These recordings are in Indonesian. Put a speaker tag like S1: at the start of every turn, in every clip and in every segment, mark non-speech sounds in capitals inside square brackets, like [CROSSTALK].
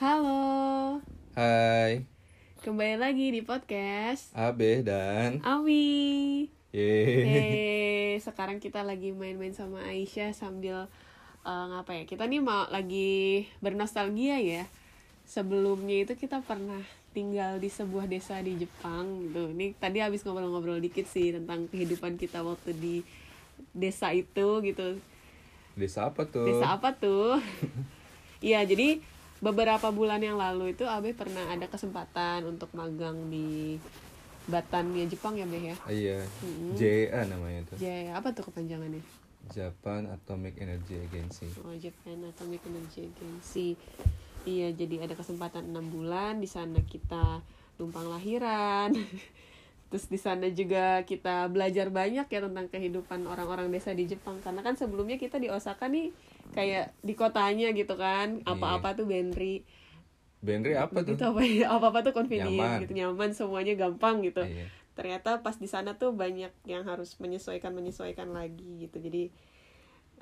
S1: Halo,
S2: Hai,
S1: kembali lagi di podcast
S2: Abe dan
S1: Awi.
S2: Ye.
S1: Hey, sekarang kita lagi main-main sama Aisyah sambil eh, ngapa ya? Kita nih mau lagi bernostalgia ya. Sebelumnya itu kita pernah tinggal di sebuah desa di Jepang gitu. Ini tadi habis ngobrol-ngobrol dikit sih tentang kehidupan kita waktu di desa itu gitu.
S2: Desa apa tuh?
S1: Desa apa tuh? [LAUGHS] Iya, jadi beberapa bulan yang lalu itu Abe pernah ada kesempatan untuk magang di Batannya Jepang ya, Be ya.
S2: Ah, Iya, JA namanya tuh.
S1: Ya, apa tuh kepanjangannya?
S2: Japan Atomic Energy Agency.
S1: Oh, Japan Atomic Energy Agency. Iya, jadi ada kesempatan enam bulan di sana kita numpang lahiran. [LAUGHS] Terus di sana juga kita belajar banyak ya tentang kehidupan orang-orang desa di Jepang karena kan sebelumnya kita di Osaka nih kayak di kotanya gitu kan, apa-apa tuh benri.
S2: Benri apa tuh?
S1: Itu apa ya? [LAUGHS] Apa-apa tuh convenient
S2: Nyaman.
S1: gitu, nyaman semuanya gampang gitu.
S2: Iya.
S1: Ternyata pas di sana tuh banyak yang harus menyesuaikan-menyesuaikan lagi gitu. Jadi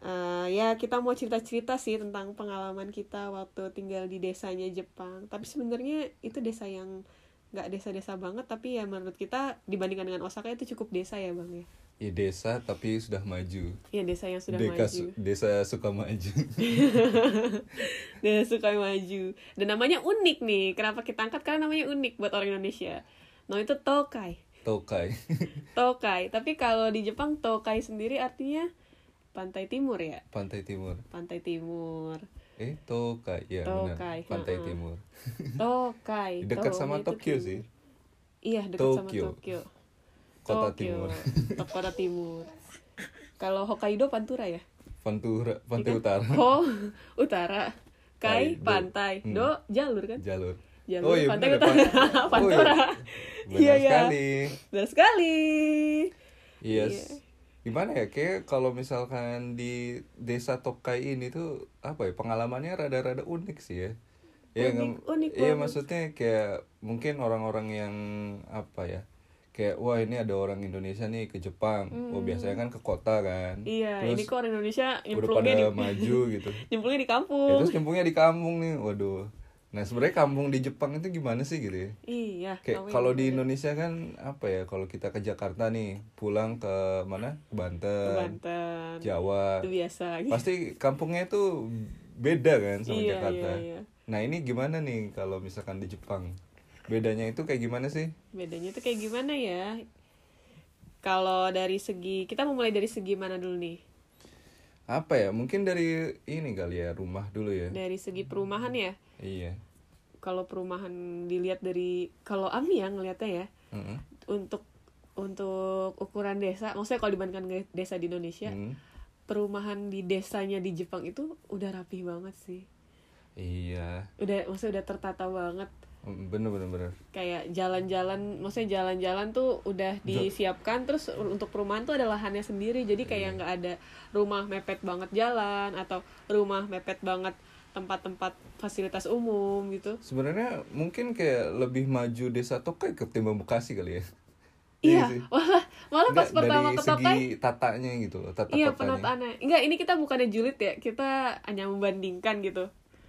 S1: eh, ya kita mau cerita-cerita sih tentang pengalaman kita waktu tinggal di desanya Jepang. Tapi sebenarnya itu desa yang nggak desa-desa banget tapi ya menurut kita dibandingkan dengan Osaka itu cukup desa ya bang ya
S2: Iya, desa tapi sudah maju.
S1: ya desa yang sudah maju
S2: Deka su- desa suka maju.
S1: [LAUGHS]
S2: [LAUGHS]
S1: desa suka maju dan namanya unik nih kenapa kita angkat karena namanya unik buat orang Indonesia nah itu Tokai
S2: Tokai.
S1: Tokai. Tapi kalau di Jepang Tokai sendiri artinya pantai timur ya.
S2: Pantai Timur.
S1: Pantai
S2: [LAUGHS]
S1: timur.
S2: Eh, Tokai. Ya,
S1: Tokai,
S2: benar. Pantai
S1: ha-ha.
S2: Timur.
S1: Tokai.
S2: Dekat
S1: To-
S2: sama
S1: itu
S2: Tokyo
S1: tim-
S2: sih.
S1: Iya, dekat sama
S2: Tokyo.
S1: Tokyo.
S2: Kota
S1: Tokyo.
S2: timur.
S1: [LAUGHS]
S2: [LAUGHS]
S1: Tok- Kota timur. Kalau Hokkaido Pantura ya?
S2: Pantura,
S1: Iya kan?
S2: Pantai
S1: [LAUGHS]
S2: Utara. [LAUGHS]
S1: Ho utara. Kai,
S2: Kai, do.
S1: pantai.
S2: Hmm.
S1: Do, jalur kan?
S2: Jalur.
S1: Jalur
S2: Oh, iya,
S1: pantai
S2: benar,
S1: utara.
S2: Pan-
S1: [LAUGHS] Pantura.
S2: Oh, iya. Benar
S1: Iya, iya.
S2: sekali.
S1: Benar sekali. Iya.
S2: Yes. Gimana ya? Kayak kalau misalkan di desa Tokai ini tuh apa ya? Pengalamannya rada-rada unik sih ya. Ya,
S1: Unik-
S2: nggak-
S1: unik
S2: Iya,
S1: banget.
S2: maksudnya kayak mungkin orang-orang yang apa ya? Kayak wah ini ada orang Indonesia nih ke Jepang. Oh, biasanya kan ke kota kan.
S1: Hmm. Iya, ini
S2: terus
S1: kok orang Indonesia
S2: udah
S1: nyemplungnya di
S2: pada maju gitu.
S1: [LAUGHS] nyemplungnya di
S2: Ya,
S1: kampung.
S2: terus nyempungnya di kampung nih. Waduh. Nah, sebenarnya kampung di Jepang itu gimana sih gitu ya?
S1: Iya.
S2: Kayak
S1: namanya
S2: kalau di
S1: gimana?
S2: Indonesia kan apa ya kalau kita ke Jakarta nih pulang ke mana
S1: ke
S2: Ke Banten,
S1: Banten
S2: eh, Jawa
S1: itu biasa gitu.
S2: pasti kampungnya itu beda kan sama
S1: Iya,
S2: Jakarta.
S1: iya, iya.
S2: Nah ini gimana nih kalau misalkan di Jepang bedanya itu kayak gimana sih?
S1: bedanya tuh kayak gimana ya kalau dari segi kita mau mulai dari segi mana dulu nih
S2: Apa ya mungkin dari ini kali ya rumah dulu ya.
S1: dari segi perumahan ya
S2: Iya.
S1: kalau perumahan dilihat dari kalau Ami ya ngelihatnya ya
S2: Mm-mm.
S1: untuk untuk ukuran desa maksudnya kalau dibandingkan dengan desa di Indonesia
S2: Mm.
S1: perumahan di desanya di Jepang itu udah rapi banget sih
S2: Iya.
S1: udah maksudnya udah tertata banget
S2: Mm, Bener bener bener.
S1: kayak jalan-jalan maksudnya jalan-jalan tuh udah disiapkan terus untuk perumahan tuh ada lahannya sendiri jadi
S2: Iya.
S1: kayak nggak ada rumah mepet banget jalan atau rumah mepet banget tempat-tempat fasilitas umum gitu
S2: Sebenarnya mungkin kayak lebih maju desa Tokai ketimbang Bekasi kali ya.
S1: iya
S2: sih.
S1: malah malah pas
S2: Nggak,
S1: pertama
S2: dari
S1: ke
S2: segi
S1: Tokai
S2: tatanya gitu loh, tata
S1: iya
S2: kotanya.
S1: penataannya enggak ini kita bukannya julid ya kita hanya membandingkan gitu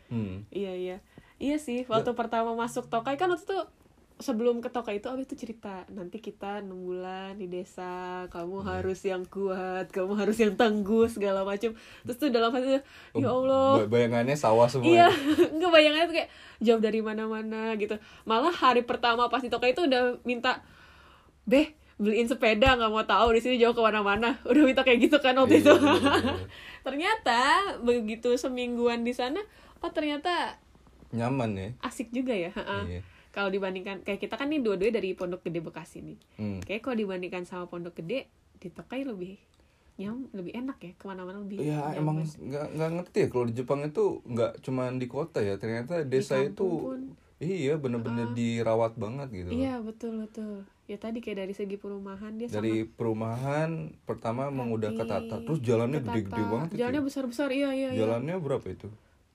S2: Hmm.
S1: iya iya iya sih
S2: Ya.
S1: waktu pertama masuk Tokai kan waktu itu sebelum ke Tokai itu abis itu cerita nanti kita enam bulan di desa kamu
S2: Iya.
S1: harus yang kuat kamu harus yang tangguh segala macam terus tuh dalam hati tuh, ya
S2: Oh,
S1: Allah
S2: Um, Ba- Bayangannya sawah semua.
S1: iya
S2: ya.
S1: [LAUGHS] nggak bayangannya tuh kayak jauh dari mana-mana gitu malah hari pertama pas di Tokai itu udah minta beh beliin sepeda nggak mau tahu di sini jauh kemana-mana [LAUGHS] udah minta kayak gitu kan waktu
S2: Iya,
S1: itu
S2: iya, iya.
S1: [LAUGHS] ternyata begitu semingguan di sana oh ternyata
S2: Nyaman ya.
S1: asik juga ya. ha-ha.
S2: Iya.
S1: Kalau dibandingkan kayak kita kan nih dua-duanya dari Pondok Gede Bekasi nih.
S2: Hmm.
S1: Kayak kalau dibandingkan sama Pondok Gede di Tokai lebih nyam lebih enak ya kemana-mana lebih.
S2: Ya
S1: nyaman.
S2: emang nggak nggak ngerti ya kalau di Jepang itu nggak cuman di kota ya ternyata desa itu
S1: kampung Ah.
S2: iya bener-bener dirawat banget gitu. loh.
S1: Iya betul betul. Ya tadi kayak dari segi perumahan dia
S2: Dari perumahan pertama emang udah
S1: Rapi,
S2: ketata terus jalannya
S1: sama
S2: gede-gede
S1: ketata.
S2: banget
S1: Jalannya
S2: itu.
S1: besar-besar iya iya.
S2: ya.
S1: iya.
S2: Jalannya berapa itu?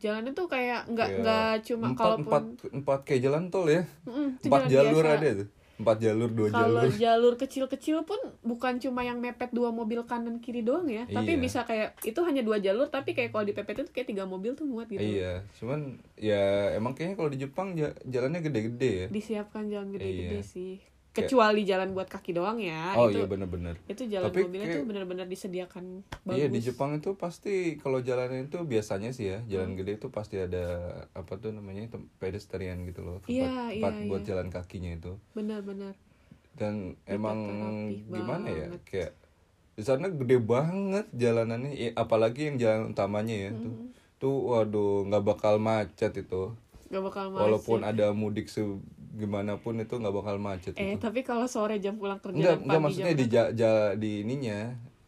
S1: Jalannya tuh kayak nggak
S2: Kayak
S1: nggak cuma
S2: Iya. empat,
S1: kalaupun
S2: empat empat kayak jalan tol ya.
S1: Mm-mm, itu
S2: empat
S1: jalan
S2: jalur
S1: biasa.
S2: ada tuh. Empat jalur, dua
S1: Kalau
S2: jalur.
S1: jalur kecil-kecil pun bukan cuma yang mepet dua mobil kanan kiri doang ya, tapi
S2: Iya.
S1: bisa kayak itu hanya dua jalur tapi kayak kalau dipepet itu kayak tiga mobil tuh muat gitu.
S2: Iya, cuman ya emang kayaknya kalau di Jepang ja- jalannya gede-gede ya.
S1: Disiapkan jalan gede-gede
S2: Iya.
S1: sih. Kecuali jalan buat kaki doang ya.
S2: oh iya
S1: itu
S2: bener-bener.
S1: itu jalan
S2: Tapi
S1: mobilnya
S2: kayak-
S1: tuh benar-benar disediakan bagus.
S2: Iya di Jepang itu pasti kalau jalannya itu biasanya sih ya
S1: Hmm.
S2: jalan gede itu pasti ada apa tuh namanya tem- pedestrian gitu loh tempat,
S1: Iya,
S2: tempat
S1: iya,
S2: buat
S1: iya.
S2: jalan kakinya itu
S1: Benar-benar.
S2: dan emang
S1: rapi
S2: gimana ya
S1: banget.
S2: kayak di sana gede banget jalanannya ya, apalagi yang jalan utamanya ya tuh
S1: Hmm.
S2: tuh waduh nggak bakal macet itu
S1: Gak bakal macet.
S2: walaupun ada mudik segimanapun itu nggak bakal macet
S1: eh
S2: itu
S1: tapi kalau sore jam pulang kerja
S2: enggak
S1: dan pagi
S2: enggak gitu. maksudnya
S1: jam
S2: di ja- ja- di ininya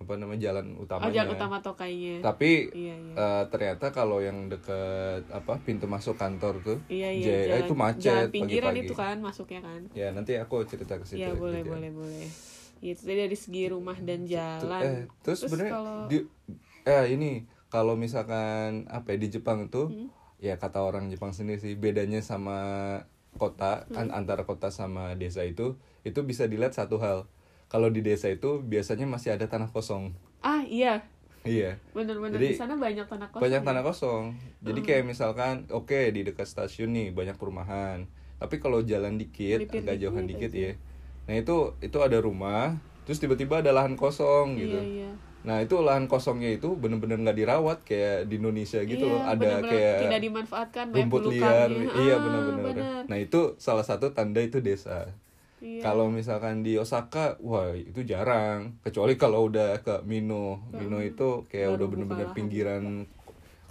S2: apa namanya jalan utamanya
S1: Oh, jalan utama tokainya.
S2: tapi
S1: Iya, iya.
S2: eh, ternyata kalau yang deket apa pintu masuk kantor tuh
S1: Iya iya.
S2: J- eh,
S1: jalan-
S2: itu macet
S1: Jalan pinggiran
S2: pagi-pagi.
S1: itu kan masuknya kan.
S2: ya nanti aku cerita ke situ
S1: Iya
S2: ya,
S1: boleh
S2: jadi.
S1: boleh boleh. Iya, Itu tadi dari segi rumah dan
S2: Tu-
S1: jalan.
S2: eh, terus sebenarnya
S1: kalau-
S2: di- eh ini kalau misalkan apa ya, di Jepang tuh
S1: Hmm.
S2: ya kata orang Jepang sendiri sih bedanya sama kota an-
S1: Hmm.
S2: antara kota sama desa itu itu bisa dilihat satu hal kalau di desa itu biasanya masih ada tanah kosong
S1: ah iya
S2: iya
S1: benar-benar di
S2: Jadi,
S1: sana banyak tanah kosong.
S2: banyak
S1: ya? Hmm.
S2: tanah kosong jadi kayak misalkan oke di dekat stasiun nih banyak perumahan tapi kalau jalan dikit
S1: Lipir
S2: agak jauhan
S1: dikit iya,
S2: dikit ya nah itu itu ada rumah terus tiba-tiba ada lahan kosong gitu
S1: Iya iya.
S2: nah itu lahan kosongnya itu bener-bener nggak dirawat kayak di Indonesia gitu
S1: Iya,
S2: loh ada
S1: benar-benar
S2: kayak
S1: tidak dimanfaatkan banyak
S2: rumput liar
S1: pelukarnya.
S2: iya
S1: Ah, benar.
S2: bener-bener nah itu salah satu tanda itu desa
S1: Iya.
S2: kalau misalkan di Osaka, wah itu jarang. Kecuali kalau udah ke Mino, Mino itu
S1: Hmm. Baru
S2: kayak udah
S1: buka
S2: bener-bener
S1: lahan.
S2: pinggiran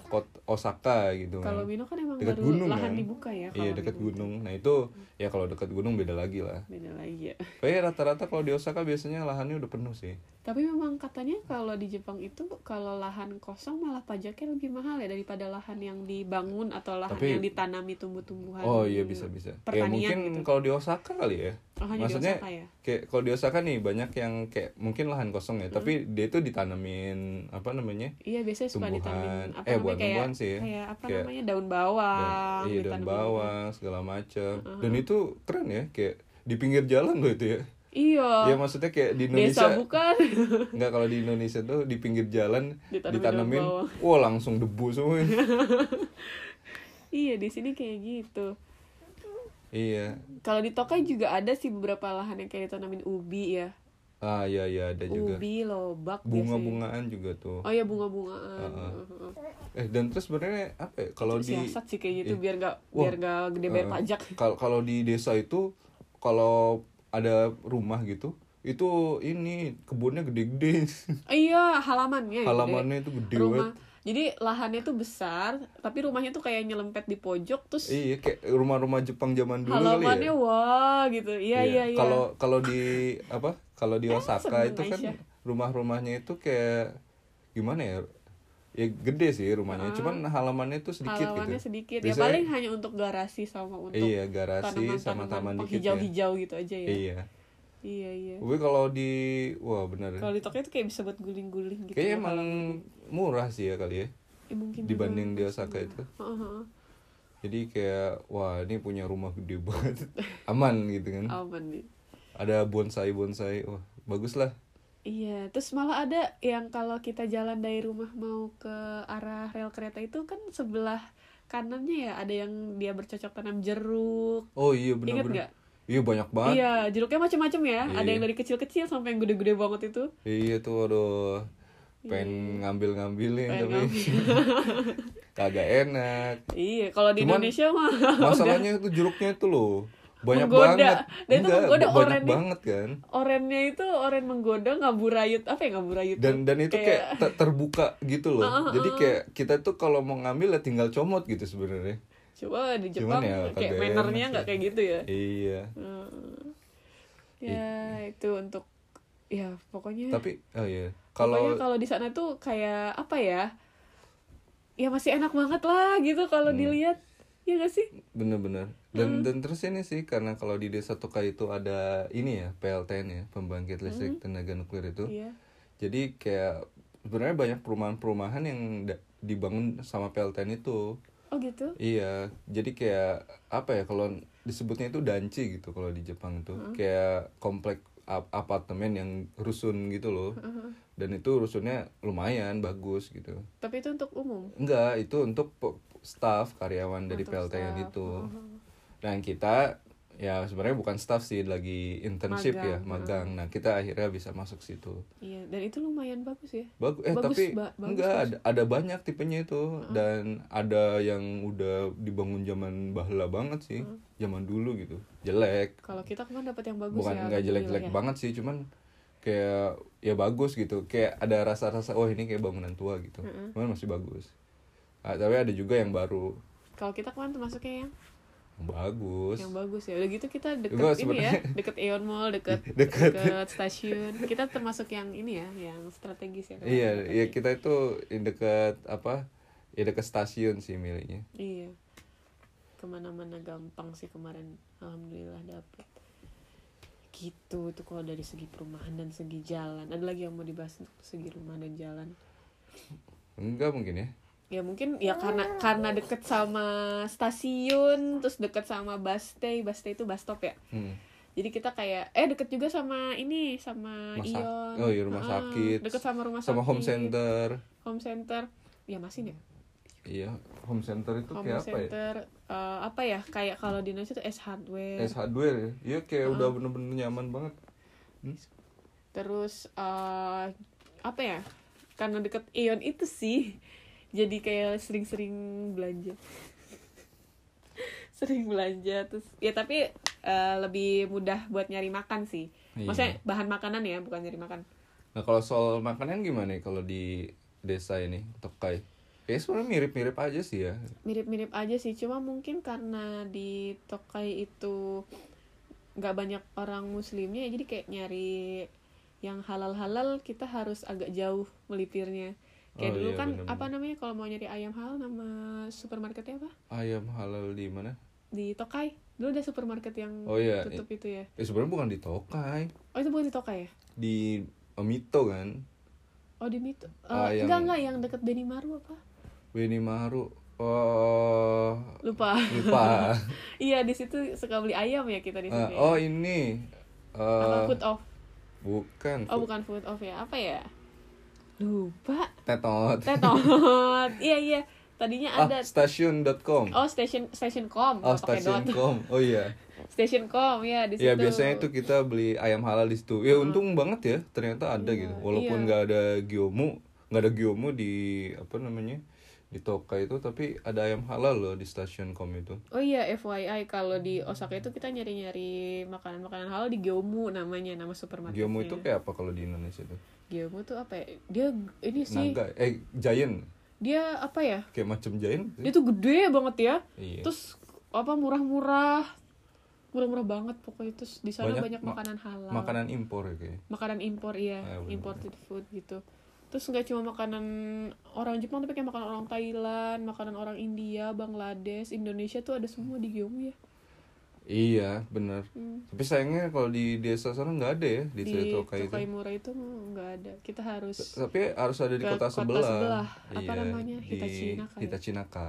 S2: kot Osaka gitu. kan.
S1: Kalau Mino kan emang
S2: dekat
S1: baru
S2: gunung
S1: lahan
S2: kan?
S1: dibuka ya.
S2: iya
S1: kalau
S2: dekat
S1: Mino.
S2: gunung. Nah itu ya kalau dekat gunung beda lagi lah.
S1: Beda lagi ya.
S2: Kayak rata-rata kalau di Osaka biasanya lahannya udah penuh sih.
S1: Tapi memang katanya kalau di Jepang itu kalau lahan kosong malah pajaknya lebih mahal ya daripada lahan yang dibangun atau lahan
S2: Tapi-
S1: yang ditanami tumbuh-tumbuhan.
S2: Oh iya bisa bisa. Ya
S1: Pertanian
S2: mungkin
S1: gitu.
S2: kalau di Osaka kali ya.
S1: Oh, hanya di
S2: Maksudnya
S1: Osaka ya?
S2: kayak kalau di Osaka nih banyak yang kayak mungkin lahan kosong
S1: Hmm.
S2: ya, tapi dia itu ditanamin apa namanya?
S1: Iya biasanya suka
S2: Tumbuhan.
S1: ditanamin apa
S2: Eh, bukan
S1: namanya kayak
S2: tumbuhan sih ya.
S1: kayak apa
S2: Kayak-
S1: namanya daun
S2: dan,
S1: bawang.
S2: iya dan
S1: ditanamin.
S2: bawang segala macam
S1: Uh-huh.
S2: dan itu keren ya kayak di pinggir jalan loh itu ya
S1: Iya.
S2: ya maksudnya kayak di
S1: Desa
S2: Indonesia
S1: [LAUGHS] bukan.
S2: nggak kalau di Indonesia tuh di pinggir jalan
S1: Ditanamin
S2: ditanamin
S1: daun
S2: wah langsung debu
S1: [LAUGHS]
S2: semua
S1: iya di sini kayak gitu.
S2: iya
S1: Kalau di Tokai juga ada sih beberapa lahan yang kayak ditanamin ubi ya.
S2: ah ya ya ada juga
S1: Ubi, lobak biasanya.
S2: bunga-bungaan juga tuh
S1: Oh iya bunga-bungaan.
S2: Heeh.
S1: Heeh.
S2: eh dan terus sebenarnya apa ya kalau di
S1: siasat sih kayak gitu biar nggak
S2: Wah.
S1: biar nggak gede bayar
S2: Eh, [LAUGHS]
S1: pajak
S2: Kalau kalau di desa itu kalau ada rumah gitu itu ini kebunnya gede-gede
S1: iya halamannya yang
S2: halamannya itu
S1: gede.
S2: gede banget
S1: rumah jadi lahannya tuh besar tapi rumahnya tuh kayak nyelempet di pojok terus
S2: Iya kayak rumah-rumah Jepang zaman dulu kali
S1: halamannya
S2: ya.
S1: wah gitu iya iya iya
S2: Kalau kalau di apa? Kalau di Osaka
S1: seneng
S2: itu kan
S1: Aisyah.
S2: rumah-rumahnya itu kayak gimana ya? Ya gede sih rumahnya, cuman halamannya itu sedikit
S1: Ah. halamannya
S2: gitu.
S1: sedikit ya
S2: Biasanya-
S1: paling hanya untuk garasi sama untuk
S2: iya, garasi
S1: tanaman
S2: sama taman dikit ya.
S1: hijau-hijau gitu aja ya
S2: Iya.
S1: iya iya
S2: Tapi kalau di wah bener.
S1: kalau di Tokyo itu kayak bisa buat guling-guling gitu
S2: Iya. Kayaknya
S1: ya,
S2: emang murah sih ya kali ya
S1: kalau- eh, mungkin
S2: dibanding di
S1: juga.
S2: Osaka itu.
S1: Heeh,
S2: Jadi kayak wah ini punya rumah gede [LAUGHS] banget. Aman gitu kan.
S1: aman nih
S2: Ada bonsai-bonsai. Wah, bagus lah.
S1: Iya, terus malah ada yang kalau kita jalan dari rumah mau ke arah rel kereta itu kan sebelah kanannya ya ada yang dia bercocok tanam jeruk.
S2: Oh
S1: Ingat
S2: iya benar-benar.
S1: nggak?
S2: Iya banyak banget.
S1: Iya, jeruknya macam-macam ya. Ada
S2: Iya.
S1: yang dari kecil-kecil sampai yang gede-gede banget itu.
S2: Iya tuh aduh pengen ngambil-ngambilin
S1: Iya. Pengen
S2: tapi [LAUGHS] kagak
S1: [LAUGHS]
S2: enak.
S1: Iya, kalau di
S2: Cuman,
S1: Indonesia mah [LAUGHS]
S2: Masalahnya itu jeruknya itu loh banyak
S1: Menggoda.
S2: banget.
S1: Dan itu menggoda
S2: banyak
S1: oranye.
S2: banget kan.
S1: orennya itu oren menggoda, ngaburayut apa ya ngaburayut?
S2: Dan dan itu kayak, ter- terbuka gitu loh.
S1: Iya. Heeh,
S2: Jadi kayak kita tuh kalau mau ngambil ya tinggal comot gitu sebenarnya.
S1: Coba di Jepang
S2: Cuman ya,
S1: kayak
S2: kagak
S1: mannernya
S2: enak
S1: nggak
S2: ya.
S1: kayak gitu ya.
S2: Iya.
S1: Heeh. Ya, itu untuk ya pokoknya
S2: Tapi oh iya.
S1: Pokoknya
S2: Kalau
S1: kalau di sana tuh kayak apa ya? Ya masih enak banget lah gitu kalau
S2: Hmm.
S1: dilihat. Ya gak sih?
S2: Gitu. bener-bener
S1: Hmm.
S2: dan dan terus ini sih karena kalau di desa Tokai itu ada ini ya PLTN ya pembangkit listrik tenaga nuklir itu.
S1: Hmm. Iya.
S2: Jadi kayak sebenarnya banyak perumahan-perumahan yang da- dibangun sama PLTN itu.
S1: Oh gitu.
S2: Iya, jadi kayak apa ya kalau disebutnya itu danci gitu kalau di Jepang itu
S1: Hmm.
S2: kayak komplek ap- apartemen yang rusun gitu loh
S1: Hmm.
S2: dan itu rusunnya lumayan bagus gitu
S1: Tapi itu untuk umum.
S2: enggak itu untuk po- staff karyawan dari
S1: Untuk
S2: PLTN
S1: staff. Hmm. Mm-hmm.
S2: itu dan kita ya sebenarnya bukan staff sih lagi internship ya
S1: Magang.
S2: magang nah kita akhirnya bisa masuk situ
S1: Iya, dan itu lumayan bagus ya.
S2: Bagus, eh
S1: Bagus,
S2: tapi
S1: Ba. Bagus,
S2: enggak
S1: bagus. Hmm.
S2: ada, ada banyak tipenya itu dan ada yang udah dibangun zaman bahla banget sih, zaman dulu gitu. Jelek.
S1: Hmm. Kalau kita kemarin dapat yang bagus
S2: Bukan
S1: ya.
S2: enggak jelek-jelek
S1: alhamdulillah
S2: banget sih, cuman kayak ya bagus gitu. Kayak ada rasa-rasa oh ini kayak bangunan tua gitu.
S1: Hmm.
S2: Cuman masih bagus. Ah, tapi ada juga yang baru.
S1: ya. Kalau kita kemarin termasuknya yang
S2: Yang bagus.
S1: yang bagus ya. Udah gitu kita deket
S2: Enggak,
S1: ini ya,
S2: sebenarnya-
S1: deket Aeon
S2: [LAUGHS]
S1: Mall, deket
S2: Deket.
S1: deket stasiun. Kita termasuk yang ini ya, yang strategis ya.
S2: Iya,
S1: Deket
S2: iya
S1: ini.
S2: kita itu dekat apa? Ya dekat stasiun sih miliknya.
S1: Iya. Kemana-mana gampang sih kemarin. Alhamdulillah dapet. Gitu, itu kalau dari segi perumahan dan segi jalan. Ada lagi yang mau dibahas untuk segi rumah dan jalan.
S2: Enggak mungkin ya.
S1: Ya mungkin ya karena karena deket sama stasiun, terus deket sama bus stay. Bus stay itu bus stop ya.
S2: Hmm.
S1: Jadi kita kayak eh deket juga sama ini sama
S2: Rumah sak-
S1: Ion.
S2: oh iya, rumah
S1: Ah,
S2: sakit.
S1: Deket sama rumah
S2: Sama
S1: sakit.
S2: home center.
S1: Home center. Ya masih ya.
S2: Iya, home center itu
S1: Home
S2: kayak apa ya?
S1: center eh, apa ya? Kayak kalau di Indonesia tuh S hardware.
S2: Es hardware ya? Iya kayak udah bener-bener nyaman banget
S1: Terus eh apa ya? Karena deket Aeon itu sih. [LAUGHS] Jadi kayak sering-sering belanja. [LAUGHS] sering belanja terus ya tapi eh, lebih mudah buat nyari makan sih.
S2: Iya.
S1: Maksudnya bahan makanan ya, bukan nyari makan.
S2: Nah kalau soal makanan gimana ya kalau di desa ini, Tokai? Kayaknya sebenarnya mirip-mirip aja sih ya
S1: mirip-mirip aja sih cuma mungkin karena di Tokai itu nggak banyak orang muslimnya ya jadi kayak nyari yang halal-halal kita harus agak jauh melipirnya kayak
S2: Oh
S1: dulu
S2: iya,
S1: kan
S2: bener-bener.
S1: apa namanya kalau mau nyari ayam halal nama supermarketnya apa
S2: Ayam halal di mana?
S1: di Tokai dulu ada supermarket yang
S2: Oh iya,
S1: tutup itu ya
S2: Eh sebenarnya bukan di Tokai,
S1: oh itu bukan di Tokai ya
S2: di Mito kan
S1: oh di Mito Eh,
S2: Ah, yang-
S1: enggak enggak yang deket Benimaru apa
S2: Benimaru Oh,
S1: lupa [LAUGHS]
S2: lupa
S1: iya di situ suka beli ayam ya kita di situ
S2: Eh,
S1: ya.
S2: Oh ini eh,
S1: apa food off
S2: Bukan,
S1: Oh bukan food off ya, apa ya? Lupa.
S2: Tetot
S1: Tetot. [LAUGHS] iya iya. Tadinya
S2: Ah,
S1: ada.
S2: stasiun.com
S1: Oh station station.com.
S2: Oh,
S1: nggak pakai dot. [LAUGHS]
S2: stasiun.com, oh iya
S1: Station.com ya di situ. Ah.
S2: Ya biasanya itu kita beli ayam halal di situ. Ya untung banget ya ternyata ada
S1: Iya,
S2: gitu. Walaupun
S1: iya.
S2: nggak ada giomu, nggak ada giomu di apa namanya di Toka itu, tapi ada ayam halal loh di stasiun kom itu.
S1: Oh iya FYI kalau di Osaka itu kita nyari-nyari makanan-makanan halal di Gyomu namanya nama supermarketnya.
S2: Giomu itu kayak apa kalau di Indonesia tuh?
S1: Gyomu tuh apa ya? Dia ini sih
S2: Naga, eh giant,
S1: dia apa ya?
S2: kayak macam giant.
S1: Dia tuh gede banget ya.
S2: Iya.
S1: Terus apa murah-murah. Murah-murah banget pokoknya terus di sana banyak,
S2: Banyak ma-
S1: makanan halal.
S2: Makanan impor ya kayak.
S1: makanan impor iya
S2: Ah, bener.
S1: imported food gitu terus nggak cuma makanan orang Jepang tapi kayak makanan orang Thailand makanan orang India Bangladesh Indonesia tuh ada semua di Gyeonggi ya
S2: Iya, bener.
S1: Hmm.
S2: Tapi sayangnya kalau di desa sana nggak ada ya di,
S1: di
S2: Toka itu.
S1: Tokaimura itu nggak ada kita harus
S2: Tapi harus ada di
S1: Ke
S2: kota
S1: kota
S2: sebelah.
S1: sebelah. Apa
S2: Iya,
S1: namanya?
S2: di
S1: Hitachinaka ya?
S2: Hitachinaka.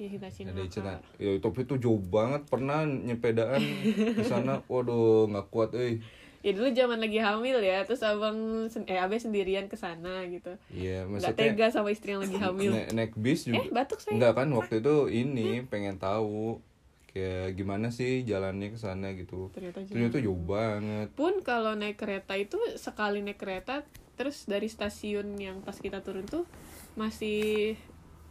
S1: ya Hitachi
S2: ada
S1: Naka.
S2: Cina. Ya tapi itu jauh banget pernah nyepedaan di
S1: [LAUGHS]
S2: sana. Waduh, nggak kuat euy.
S1: ya dulu zaman lagi hamil ya terus abang sen- eh abe sendirian ke sana gitu
S2: Iya,
S1: nggak
S2: maksudnya
S1: tega sama istri yang lagi hamil
S2: naik, naik
S1: eh
S2: bis juga.
S1: batuk saya
S2: Enggak kan waktu itu ini pengen tahu kayak gimana sih jalannya ke sana gitu.
S1: ternyata juga.
S2: Ternyata jauh banget.
S1: pun kalau naik kereta itu sekali naik kereta terus dari stasiun yang pas kita turun tuh masih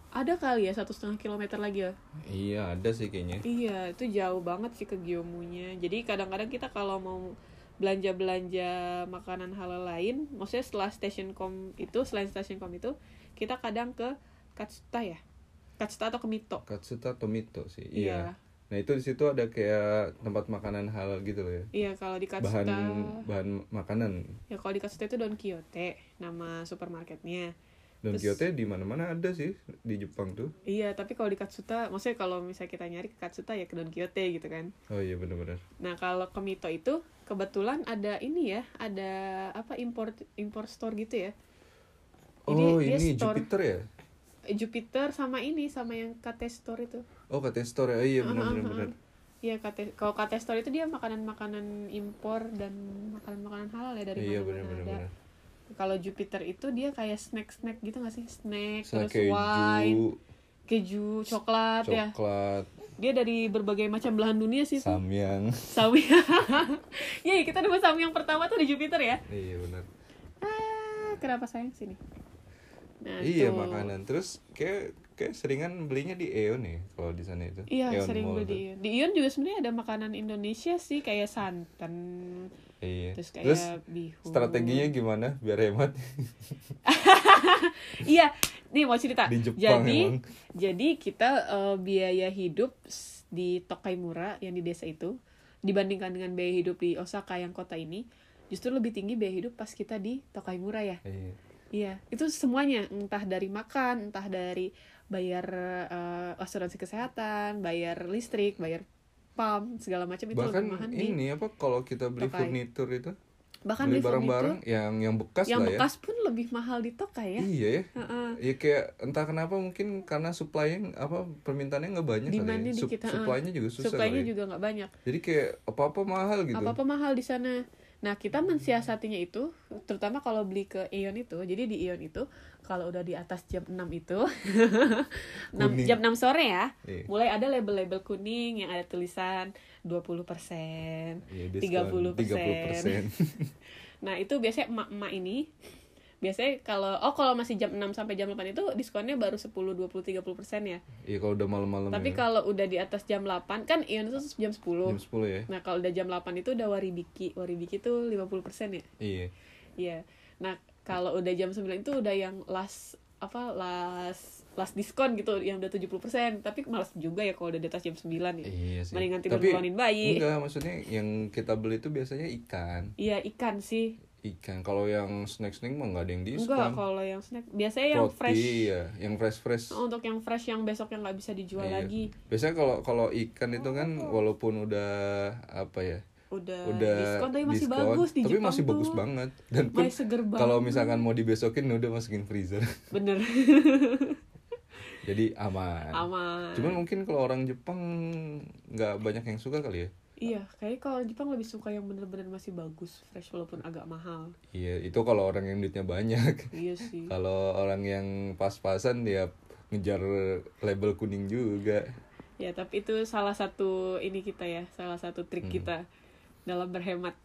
S1: ada kali ya satu setengah kilometer lagi ya
S2: Iya, ada sih kayaknya.
S1: iya itu jauh banget sih ke Gyomunya jadi kadang-kadang kita kalau mau belanja belanja makanan halal lain maksudnya setelah stasiun kom itu selain stasiun kom itu kita kadang ke Katsuta ya Katsuta atau ke Mito
S2: Katsuta Tomito sih. Iya. Nah, itu di situ ada kayak tempat makanan halal gitu loh ya.
S1: iya kalau di Katsuta
S2: Bahan bahan makanan.
S1: ya kalau di Katsuta itu Don Quixote nama supermarketnya
S2: Don
S1: Terus-
S2: Quixote di mana-mana ada sih di Jepang tuh.
S1: Iya, tapi kalau di Katsuta, maksudnya kalau misalnya kita nyari ke Katsuta ya ke Don Quixote gitu kan.
S2: Oh iya benar-benar.
S1: Nah, kalau ke Mito itu kebetulan ada ini ya, ada apa import import store gitu ya.
S2: Oh,
S1: dia
S2: ini
S1: store.
S2: Jupiter ya?
S1: Eh, Jupiter sama ini sama yang Kate Store itu. Ah,
S2: Oh kata store ya, iya benar benar benar.
S1: Iya kate kalau kate store itu dia makanan-makanan impor dan makanan-makanan halal ya dari
S2: iya
S1: mana-mana ada.
S2: benar-benar
S1: Kalau Jupiter itu dia kayak snack-snack gitu gak sih? Snack,
S2: Snack
S1: terus wine, keju,
S2: keju
S1: coklat, ya.
S2: coklat
S1: Dia dari berbagai macam belahan dunia sih. Sam.
S2: samyang [LAUGHS]
S1: Samyang. [LAUGHS] Iya, kita nemu samyang pertama tuh di Jupiter ya.
S2: iya benar
S1: Ah, kenapa sayang sini? Nah,
S2: iya
S1: tuh.
S2: makanan terus kayak kayak seringan belinya di Eon ya kalau di sana itu
S1: Iya,
S2: Aeon
S1: sering
S2: Mall
S1: beli di
S2: tuh.
S1: Ion. Di Ion juga sebenarnya ada makanan Indonesia sih kayak santan,
S2: iya
S1: terus kayak
S2: terus
S1: bihun.
S2: strateginya gimana biar hemat
S1: Iya, nih mau cerita.
S2: di Jepang
S1: jadi,
S2: emang
S1: jadi kita eh, biaya hidup s- di Tokaimura yang di desa itu dibandingkan dengan biaya hidup di Osaka yang kota ini justru lebih tinggi biaya hidup pas kita di Tokaimura ya.
S2: iya
S1: Iya, itu semuanya entah dari makan, entah dari bayar eh, asuransi kesehatan, bayar listrik, bayar pam segala macam itu
S2: bahkan
S1: lebih mahal di
S2: ini apa kalau kita beli
S1: Tokai.
S2: furnitur itu
S1: bahkan
S2: beli
S1: beli furnitur
S2: barang-barang yang yang bekas
S1: yang
S2: lah ya
S1: bekas pun lebih mahal di Tokai ya.
S2: iya ya
S1: Heeh.
S2: Iya kayak entah kenapa mungkin karena supply-nya apa permintaannya nggak banyak
S1: Demand-nya
S2: kali. Ya. Sup-
S1: dikit, ah.
S2: supply-nya juga susah
S1: Supply-nya
S2: kali. ya.
S1: juga nggak banyak.
S2: Jadi kayak apa-apa mahal gitu.
S1: apa-apa mahal di sana. Nah, kita mensiasatinya itu terutama kalau beli ke Aeon itu. Jadi di Aeon itu kalau udah di atas jam 6 itu [LAUGHS] 6
S2: Kuning.
S1: jam 6 sore ya,
S2: Iya.
S1: mulai ada label-label kuning yang ada tulisan 20%.
S2: Iya,
S1: [LAUGHS]
S2: diskon
S1: 30%.
S2: 30%.
S1: Nah, itu biasanya emak-emak ini biasanya kalau oh kalau masih jam 6 sampai jam 8 itu diskonnya baru 10 20 30% ya.
S2: Iya kalau udah malam-malam.
S1: Tapi
S2: ya.
S1: kalau udah di atas jam 8 kan Aeon itu jam 10.
S2: jam 10 ya.
S1: Nah, kalau udah jam 8 itu udah waribiki. Waribiki tuh 50% ya.
S2: Iya.
S1: Iya. Nah, kalau udah jam 9 itu udah yang last apa last last diskon gitu yang udah 70%. Tapi males juga ya kalau udah di atas jam 9 ya.
S2: Iya sih.
S1: Mendingan tidur duluanin bayi.
S2: Enggak, maksudnya yang kita beli itu biasanya ikan.
S1: Iya, ikan sih.
S2: Ikan. Kalau yang snack-snack mah nggak ada Iya, yang diskon.
S1: Enggak kalau yang snack biasanya yang
S2: Roti,
S1: fresh. Oh,
S2: Iya, yang fresh-fresh.
S1: Untuk yang fresh yang besok yang nggak bisa dijual
S2: Iya.
S1: lagi Oh,
S2: Biasanya kalau kalau ikan itu kan walaupun udah apa ya?
S1: udah,
S2: udah
S1: diskon tapi masih
S2: diskon,
S1: bagus di
S2: tapi
S1: Jepang
S2: masih
S1: tuh.
S2: bagus banget dan pun
S1: Masih seger banget.
S2: kalau misalkan mau dibesokin ya udah masukin freezer [LAUGHS]
S1: Bener.
S2: Iya. jadi aman
S1: [LAUGHS] Aman.
S2: cuman mungkin kalau orang Jepang nggak banyak yang suka kali ya
S1: Iya, kayaknya kalau Jepang lebih suka yang bener-bener masih bagus, fresh walaupun agak mahal.
S2: iya itu kalau orang yang duitnya
S1: [LAUGHS]
S2: banyak
S1: Iya sih.
S2: kalau orang yang pas-pasan dia ngejar label kuning juga
S1: Ya, tapi itu salah satu ini kita ya, salah satu
S2: Hmm.
S1: trik kita dalam berhemat.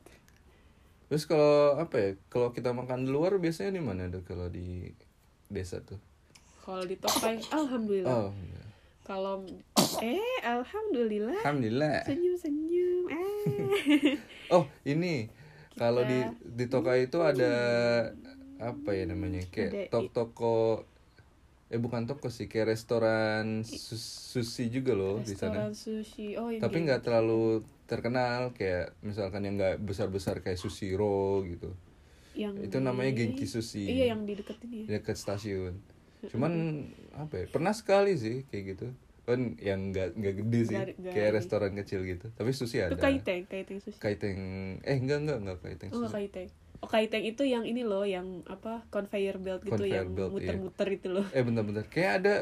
S2: terus kalau apa ya kalau kita makan di luar biasanya di mana tuh kalau di desa tuh
S1: Kalau di Tokai, alhamdulillah.
S2: oh
S1: Kalau eh alhamdulillah,
S2: alhamdulillah
S1: senyum-senyum. Eh.
S2: Oh ini kalau di di Tokai itu ada apa ya namanya
S1: Hmm. Ada i-
S2: kayak tok toko eh bukan toko sih kayak restoran sus- sushi juga loh di sana
S1: Restoran sushi. Oh, yang
S2: tapi
S1: kayak-
S2: nggak terlalu terkenal kayak misalkan yang nggak besar besar kayak sushi roll gitu
S1: yang
S2: itu namanya
S1: di-
S2: Genki
S1: Hmm,
S2: Sushi.
S1: Iya, yang Hmm, di deket ini ya.
S2: dekat stasiun cuman apa ya pernah sekali sih kayak gitu kan yang nggak nggak gede sih
S1: Nggak- nggak
S2: kayak
S1: ini.
S2: restoran kecil gitu tapi sushi
S1: Itu
S2: ada
S1: kaiteng, kaiteng sushi.
S2: kaiteng eh enggak enggak enggak kaiteng
S1: Oh,
S2: sushi
S1: nggak kaiteng. Oh, kaiteng itu yang ini loh, yang apa conveyor belt gitu
S2: Conveyor
S1: yang
S2: belt, iya.
S1: muter-muter itu loh.
S2: Eh bentar-bentar, kayak ada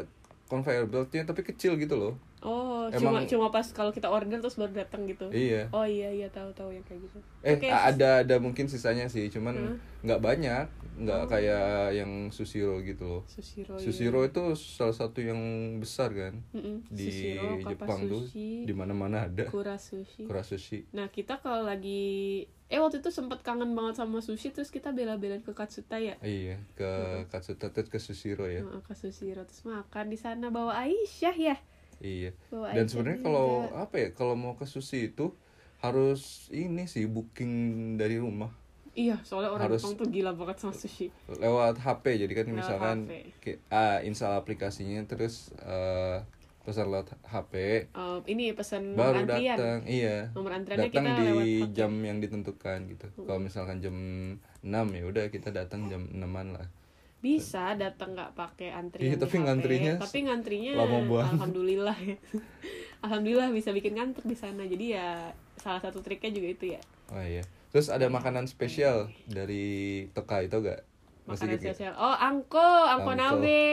S2: conveyor beltnya tapi kecil gitu loh.
S1: Oh, cuma
S2: Emang-
S1: cuma pas kalau kita order terus baru datang gitu.
S2: Iya.
S1: Oh iya iya tahu-tahu yang kayak gitu.
S2: Eh
S1: Oke, Hmm.
S2: a- ada ada mungkin sisanya sih, cuman nggak banyak, nggak
S1: Oh.
S2: kayak yang Susiro gitu loh.
S1: sushi roll.
S2: Susiro itu salah satu yang besar kan
S1: Mm-mm,
S2: di
S1: sushi roll, kapas
S2: Jepang tuh,
S1: sushi,
S2: di mana-mana ada
S1: kura sushi.
S2: kura sushi.
S1: Nah, kita kalau lagi eh waktu itu sempet kangen banget sama sushi terus kita bela-belain ke Katsuta ya.
S2: Iya, ke Katsuta terus ke Susiro ya.
S1: Heeh, ke sushiro terus makan di sana bawa Aisyah ya.
S2: Iya.
S1: Bawa
S2: Dan
S1: Aisyah
S2: sebenarnya
S1: juga.
S2: kalau apa ya, kalau mau ke sushi itu harus ini sih booking dari rumah.
S1: Iya, soalnya orang
S2: harus-
S1: Jepang tuh gila banget sama sushi.
S2: lewat HP jadi kan
S1: Lewat
S2: misalkan
S1: HP.
S2: ki- ah, install aplikasinya terus eh pesan lewat HP
S1: Um, ini pesan nomor
S2: baru
S1: antrian.
S2: datang iya
S1: Nomor antriannya
S2: datang
S1: kita
S2: di
S1: lewat Hmm. HP.
S2: jam yang ditentukan gitu kalau misalkan jam 6 ya udah kita datang jam 6an lah
S1: Bisa datang nggak pakai antrian.
S2: Iya,
S1: di
S2: tapi
S1: HP.
S2: ngantrinya
S1: tapi ngantrinya
S2: lama banget.
S1: alhamdulillah. ya. [LAUGHS] alhamdulillah bisa bikin ngantuk di sana. Jadi ya salah satu triknya juga itu ya.
S2: oh iya terus
S1: Hmm.
S2: ada makanan spesial dari Toka itu gak masih
S1: Makanan
S2: gitu Iya,
S1: spesial. Oh, angko, angko nabe.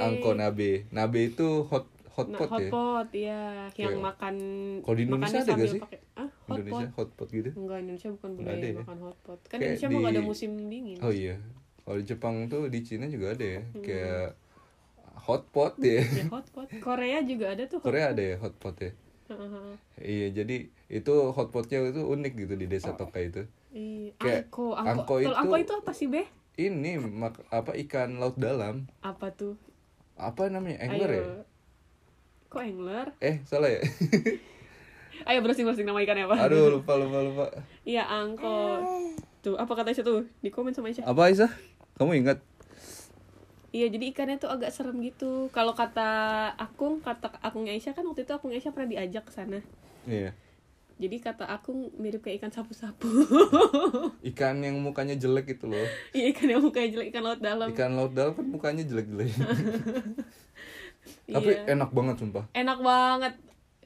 S2: angko nabe nabe itu hot
S1: Nah,
S2: hotpot ya
S1: hotpot ya, yang
S2: Kayak-
S1: makan
S2: Kalau di
S1: makannya
S2: Indonesia ada nggak
S1: sambil
S2: sih?
S1: pakai ah, hotpot.
S2: Indonesia hotpot gitu
S1: Enggak, Indonesia bukan
S2: Nggak
S1: budaya
S2: ada ya?
S1: makan hotpot. Kan
S2: Kayak
S1: Indonesia mah nggak ada
S2: di-
S1: musim dingin.
S2: oh iya kalau di Jepang tuh di Cina juga ada ya
S1: Hmm.
S2: kayak hotpot ya
S1: [LAUGHS] Ya hotpot. Korea juga ada tuh.
S2: Korea ada ya hotpot ya
S1: Heeh.
S2: iya jadi itu hotpotnya itu unik gitu di
S1: Oh.
S2: desa Tokai itu
S1: Iya.
S2: Kayak
S1: Angko,
S2: angko
S1: angko, Tol,
S2: itu-
S1: angko itu apa sih, Beh?
S2: ini mak- apa ikan laut dalam
S1: Apa tuh?
S2: apa namanya angler
S1: Ayo.
S2: ya
S1: Kok angler?
S2: eh salah
S1: [LAUGHS]
S2: ya
S1: Ayo browsing-browsing nama ikannya apa?
S2: aduh lupa lupa lupa
S1: Iya, angko. Tuh, apa kata Aisyah tuh? Di komen sama Aisyah.
S2: apa Aisyah kamu ingat
S1: Iya, jadi ikannya tuh agak serem gitu. Kalau kata Akung, kata Akungnya Aisyah kan waktu itu Akung Aisyah pernah diajak ke sana.
S2: iya
S1: Jadi kata Akung mirip kayak ikan sapu-sapu. [LAUGHS]
S2: ikan yang mukanya jelek itu loh
S1: Iya, ikan yang mukanya jelek, ikan laut dalam.
S2: ikan laut dalam kan
S1: [LAUGHS]
S2: mukanya jelek-jelek tapi
S1: Iya.
S2: enak banget sumpah
S1: Enak banget.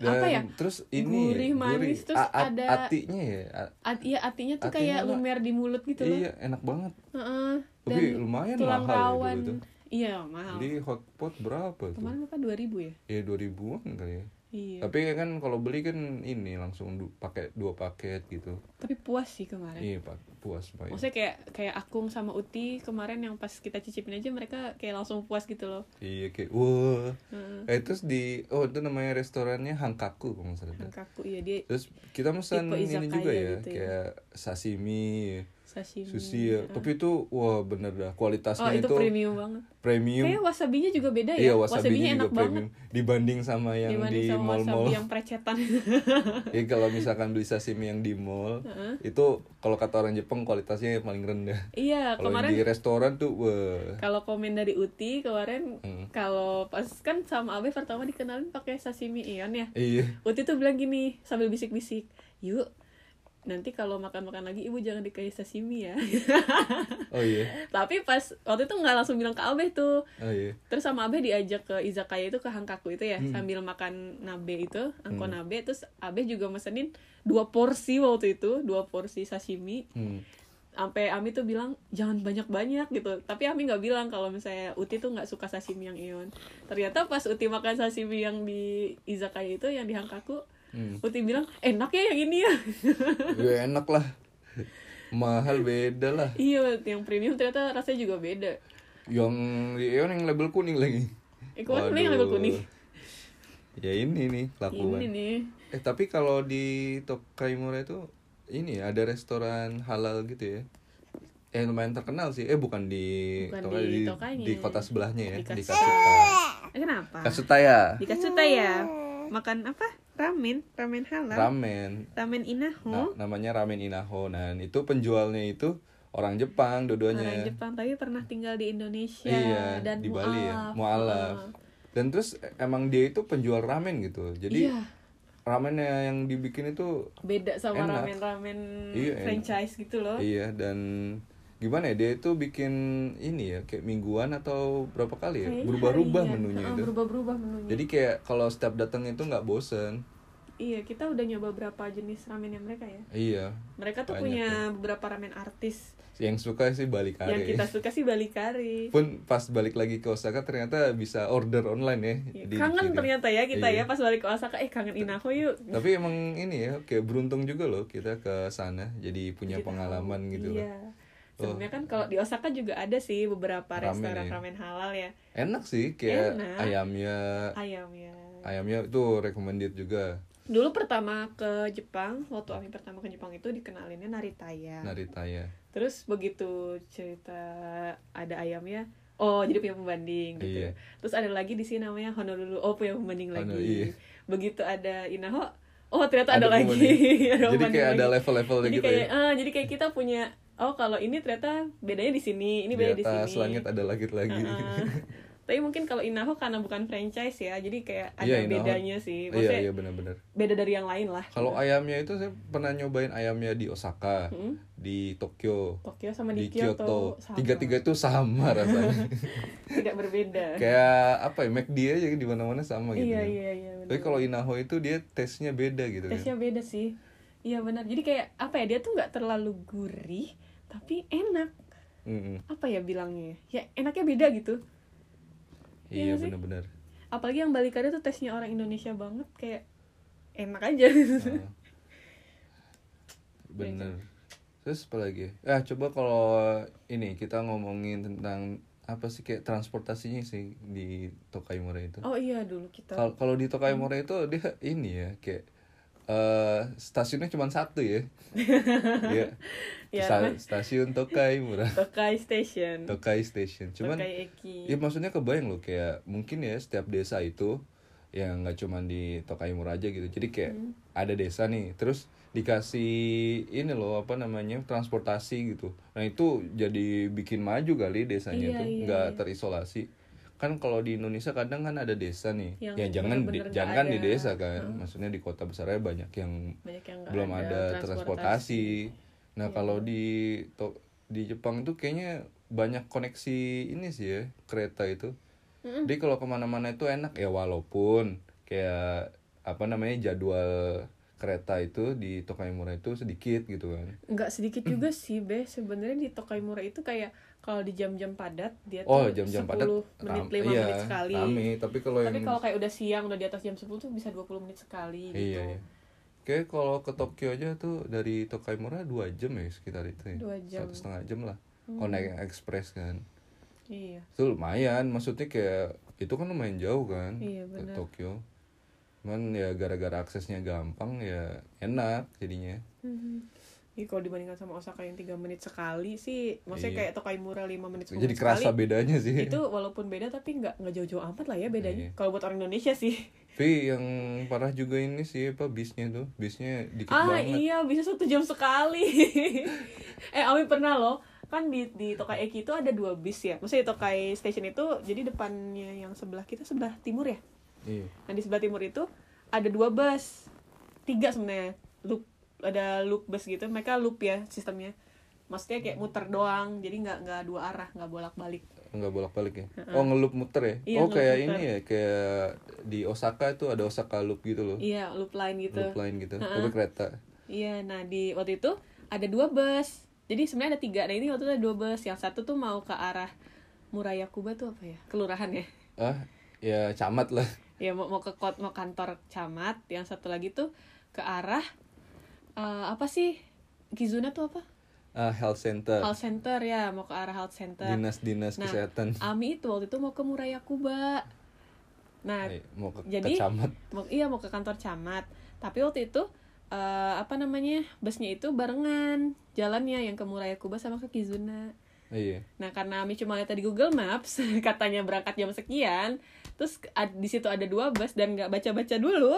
S2: dan
S1: apa ya?
S2: terus ini
S1: Gurih, manis, terus ada-
S2: atinya ya a-
S1: At- iya, artinya tuh
S2: Atinya
S1: kayak
S2: mah-
S1: lumer di mulut gitu loh.
S2: iya enak banget
S1: Heeh.
S2: tapi lumayan
S1: tulang
S2: mahal
S1: rawan.
S2: ya dulu tuh
S1: Iya, mahal.
S2: jadi hotpot berapa tuh
S1: Kemarin berapa? 2000 ya?
S2: ya dua ribuan kali ya
S1: Iya. Tapi,
S2: tapi kan kalau beli kan ini langsung du- pakai dua paket gitu
S1: puas sih kemarin.
S2: iya pak puas pak ya.
S1: Maksudnya kayak kayak Akung sama Uti kemarin yang pas kita cicipin aja mereka kayak langsung puas gitu loh.
S2: iya kayak wah
S1: Heeh.
S2: eh terus di oh itu namanya restorannya Hangkaku kalau nggak salah
S1: yang kaku iya dia
S2: terus kita pesan
S1: Tipe
S2: ini
S1: izakaya
S2: juga ya
S1: gitu ya.
S2: kayak sashimi
S1: sashimi. iya.
S2: sushi ya tapi itu wah bener dah
S1: Oh,
S2: kualitasnya
S1: itu,
S2: itu,
S1: premium banget.
S2: premium
S1: Kayaknya wasabinya juga beda ya.
S2: iya wasabinya
S1: enak
S2: juga premium dibanding sama
S1: banget
S2: yang
S1: dibanding
S2: di
S1: sama wasabi
S2: mall-mall [LAUGHS]
S1: yang precetan. [LAUGHS]
S2: ya kalau misalkan beli sashimi yang di mall
S1: Heeh.
S2: itu kalau kata orang Jepang kualitasnya yang paling rendah
S1: iya,
S2: kalau
S1: kemarin
S2: di restoran tuh wah
S1: kalau komen dari Uti kemarin
S2: Hmm.
S1: kalau pas kan sama Abe pertama dikenalin pakai sashimi ion ya.
S2: iya
S1: Uti tuh bilang gini sambil bisik-bisik, "Yuk, nanti kalau makan-makan lagi ibu jangan dikasih sashimi ya." [LAUGHS]
S2: oh iya
S1: Tapi pas waktu itu nggak langsung bilang ke Abe tuh.
S2: oh iya
S1: Terus sama Abe diajak ke izakaya itu ke Hangkaku itu ya,
S2: Hmm.
S1: sambil makan nabe itu, angko
S2: Hmm.
S1: nabe terus Abe juga mesenin dua porsi waktu itu, dua porsi sashimi.
S2: hmm.
S1: Sampai Ami tuh bilang jangan banyak-banyak gitu. Tapi Ami nggak bilang kalau misalnya Uti tuh nggak suka sashimi yang ion. Ternyata pas Uti makan sashimi yang di izakaya itu yang di Hangkaku,
S2: hmm.
S1: Uti bilang enak ya yang ini ya [LAUGHS]
S2: Ya, enak lah mahal beda lah
S1: iya yang premium ternyata rasanya juga beda
S2: yang yang yang label kuning lagi
S1: eh kemarin beli yang label
S2: Waduh.
S1: kuning
S2: ya ini nih laku
S1: ini
S2: banget
S1: nih
S2: eh tapi kalau di Tokaimura itu ini ya, ada restoran halal gitu ya eh lumayan terkenal sih eh bukan di
S1: Bukan
S2: Tokai,
S1: di
S2: di,
S1: Tokainya.
S2: di kota sebelahnya ya
S1: Di
S2: di
S1: Katsuta.
S2: Katsuta
S1: eh, kenapa
S2: Katsutaya
S1: di Katsuta ya makan apa ramen ramen halal
S2: ramen
S1: ramen
S2: Nah,
S1: inaho
S2: namanya ramen inaho nah itu penjualnya itu orang Jepang dua-duanya
S1: orang Jepang tapi pernah tinggal di Indonesia
S2: ya. iya
S1: dan
S2: di Bali ya
S1: mualaf. Iya.
S2: mualaf
S1: Heeh.
S2: dan terus emang dia itu penjual ramen gitu jadi
S1: iya
S2: ramennya yang dibikin itu
S1: beda sama
S2: Enak.
S1: ramen-ramen
S2: Iya, enak.
S1: franchise gitu loh
S2: Iya dan gimana ya dia itu bikin ini ya kayak mingguan atau berapa kali ya
S1: Kayaknya
S2: berubah-ubah
S1: harian. Ah,
S2: menunya
S1: Heeh,
S2: itu.
S1: berubah-berubah menunya
S2: Jadi kayak kalau setiap datang itu nggak bosen.
S1: iya kita udah nyoba berapa jenis ramen yang mereka ya
S2: Iya.
S1: mereka tuh
S2: Banyak
S1: punya
S2: ya.
S1: beberapa ramen artis
S2: Yang suka sih balik
S1: yang
S2: kare.
S1: kita suka sih Bali Kari.
S2: Pun pas balik lagi ke Osaka ternyata bisa order online ya.
S1: Ya,
S2: di-
S1: kangen
S2: dikirim.
S1: ternyata ya kita
S2: Iya.
S1: ya pas balik ke Osaka eh kangen Inaho yuk.
S2: Tapi emang ini ya kayak beruntung juga loh kita ke sana jadi punya
S1: Jadi
S2: pengalaman
S1: tahu.
S2: gitu loh.
S1: Iya. Sebenarnya kan kalau di Osaka juga ada sih beberapa
S2: Ramen
S1: restoran
S2: ya.
S1: ramen halal ya.
S2: Enak sih kayak
S1: Enak.
S2: ayamnya
S1: Ayam ya.
S2: ayamnya itu recommended juga
S1: Dulu pertama ke Jepang, waktu Ami pertama ke Jepang itu dikenalinnya Naritaya.
S2: Ya. Naritaya.
S1: Terus begitu cerita ada ayamnya, oh jadi punya pembanding gitu.
S2: Iya.
S1: Terus ada lagi di sini namanya Honolulu, oh punya pembanding
S2: Honolulu,
S1: lagi.
S2: iya.
S1: Begitu ada Inaho, oh ternyata ada,
S2: Ada
S1: lagi.
S2: pembanding.
S1: [LAUGHS] Ada
S2: ya? jadi
S1: pembanding
S2: kayak ada
S1: lagi.
S2: level-levelnya
S1: jadi
S2: gitu
S1: kayak
S2: ya.
S1: ah, jadi kayak kita punya oh kalau ini ternyata bedanya di sini ini beda
S2: di
S1: di
S2: atas
S1: sini
S2: langit gitu. ada langit lagi.
S1: Heeh. tapi mungkin kalau Inaho karena bukan franchise ya jadi kayak ada
S2: Iya, Inaho.
S1: bedanya sih
S2: [LAUGHS] iya
S1: maksudnya Iya.
S2: iya benar-benar.
S1: beda dari yang lain lah
S2: Kalau ayamnya itu saya pernah nyobain ayamnya di Osaka,
S1: Mm-mm.
S2: di Tokyo,
S1: Tokyo Hmm. sama
S2: di
S1: di,
S2: Kyoto.
S1: sama.
S2: Tiga-tiga itu sama rasanya.
S1: [LAUGHS] tidak berbeda
S2: kayak apa ya McD aja di mana-mana sama gitu.
S1: iya
S2: kan.
S1: iya iya benar.
S2: Tapi kalau Inaho itu dia tesnya beda gitu kan.
S1: tesnya beda sih iya benar jadi kayak apa ya dia tuh nggak terlalu gurih tapi enak
S2: Mm-mm.
S1: apa ya bilangnya ya enaknya beda Ya, gitu Iya
S2: Iya
S1: sih. [LAUGHS]
S2: benar-benar.
S1: apalagi yang balikannya tuh tesnya orang Indonesia banget kayak enak aja Iya
S2: Nah. bener terus apa lagi ah coba kalau ini kita ngomongin tentang apa sih kayak transportasinya sih di Tokaimura itu
S1: oh Hmm. iya dulu kita [LAUGHS]
S2: kalau kalau di Tokaimura itu dia ini ya kayak eh stasiunnya cuma satu
S1: [LAUGHS]
S2: ya Iya.
S1: Ya,
S2: Sta-
S1: namanya-
S2: stasiun Tokaimura
S1: [LAUGHS] Tokai Station
S2: Tokai Station cuman
S1: Tokai Eki
S2: Ya maksudnya kebayang loh kayak mungkin ya setiap desa itu yang nggak cuman di Tokaimura aja gitu. Jadi kayak
S1: Hmm.
S2: ada desa nih, terus dikasih ini loh apa namanya transportasi gitu. Nah itu jadi bikin maju kali desanya
S1: Iya,
S2: tuh,
S1: iya,
S2: nggak
S1: iya.
S2: terisolasi. Kan kalau di Indonesia kadang kan ada desa nih,
S1: Yang
S2: ya jangan di,
S1: bener-bener nggak
S2: jangan di
S1: ada.
S2: desa kan, maksudnya di kota besarnya banyak yang
S1: banyak yang nggak
S2: belum ada, transportasi. Nah,
S1: Iya.
S2: kalau di to- di Jepang tuh kayaknya banyak koneksi ini sih ya kereta itu.
S1: Mm-mm.
S2: Jadi kalau kemana-mana itu enak ya walaupun kayak apa namanya jadwal kereta itu di Tokaimura itu sedikit gitu kan.
S1: nggak sedikit
S2: [CLEARS THROAT]
S1: juga sih be sebenarnya di Tokaimura itu kayak kalau di jam-jam padat dia
S2: Oh
S1: tuh
S2: jam-jam
S1: 10
S2: padat
S1: menit
S2: ram-
S1: 5
S2: iya,
S1: menit sekali
S2: rame. tapi kalau yang
S1: tapi kalau kayak udah siang udah di atas jam 10 tuh bisa 20 menit sekali gitu
S2: iya iya. Kayak kalau ke Tokyo aja tuh dari Tokaimura dua jam ya sekitar itu ya.
S1: Dua jam. Hmm.
S2: Satu setengah jam lah. Kalau naik ekspres kan.
S1: iya
S2: itu lumayan maksudnya kayak itu kan lumayan jauh kan
S1: Iya,
S2: ke
S1: benar.
S2: Tokyo cuman ya gara-gara aksesnya gampang ya enak jadinya
S1: Mhm. Iya, kalau dibandingkan sama Osaka yang 3 menit sekali sih maksudnya
S2: Iya.
S1: kayak Tokaimura 5 menit sepuluh
S2: jadi
S1: menit
S2: kerasa
S1: sekali
S2: bedanya sih
S1: itu walaupun beda tapi nggak nggak jauh-jauh amat lah ya bedanya
S2: Iya.
S1: kalau buat orang Indonesia sih
S2: tapi yang parah juga ini sih apa bisnya tuh bisnya dikit
S1: ah
S2: banget
S1: iya bisa satu jam
S2: [LAUGHS]
S1: sekali eh Ami pernah loh kan di di Tokai Eki itu ada dua bis ya maksudnya di Tokai Station itu jadi depannya yang sebelah kita sebelah timur ya
S2: iya.
S1: nah di sebelah timur itu ada dua bus tiga sebenarnya loop ada loop bus gitu mereka loop ya sistemnya maksudnya kayak muter doang jadi nggak nggak dua arah nggak bolak balik
S2: nggak bolak-balik ya oh ngelup muter ya
S1: Iya,
S2: oh
S1: ngelup
S2: kayak
S1: muter.
S2: ini ya kayak di Osaka tuh ada Osaka loop gitu loh
S1: iya loop line gitu
S2: loop lain gitu tapi kereta
S1: Iya, nah di waktu itu ada dua bus. Jadi sebenarnya ada tiga. Nah ini waktu itu ada dua bus. Yang satu tuh mau ke arah Murayakuba tuh apa ya? Kelurahan ya.
S2: ah ya camat lah
S1: Ya mau, mau ke kot, mau kantor camat. Yang satu lagi tuh ke arah eh, apa sih? Kizuna tuh apa?
S2: ah, health center
S1: Health center ya, mau ke arah health center.
S2: dinas-dinas
S1: Nah,
S2: kesehatan
S1: Ami itu waktu itu mau ke Murayakuba. Nah,
S2: Eh, mau ke, ke
S1: jadi-
S2: camat
S1: mau iya mau ke kantor camat tapi waktu itu eh, apa namanya busnya itu barengan jalannya yang ke Murayakuba sama ke Kizuna
S2: iya
S1: nah karena Ami cuma lihat di Google Maps [LAUGHS] katanya berangkat jam sekian terus ad- di situ ada dua bus dan nggak baca baca dulu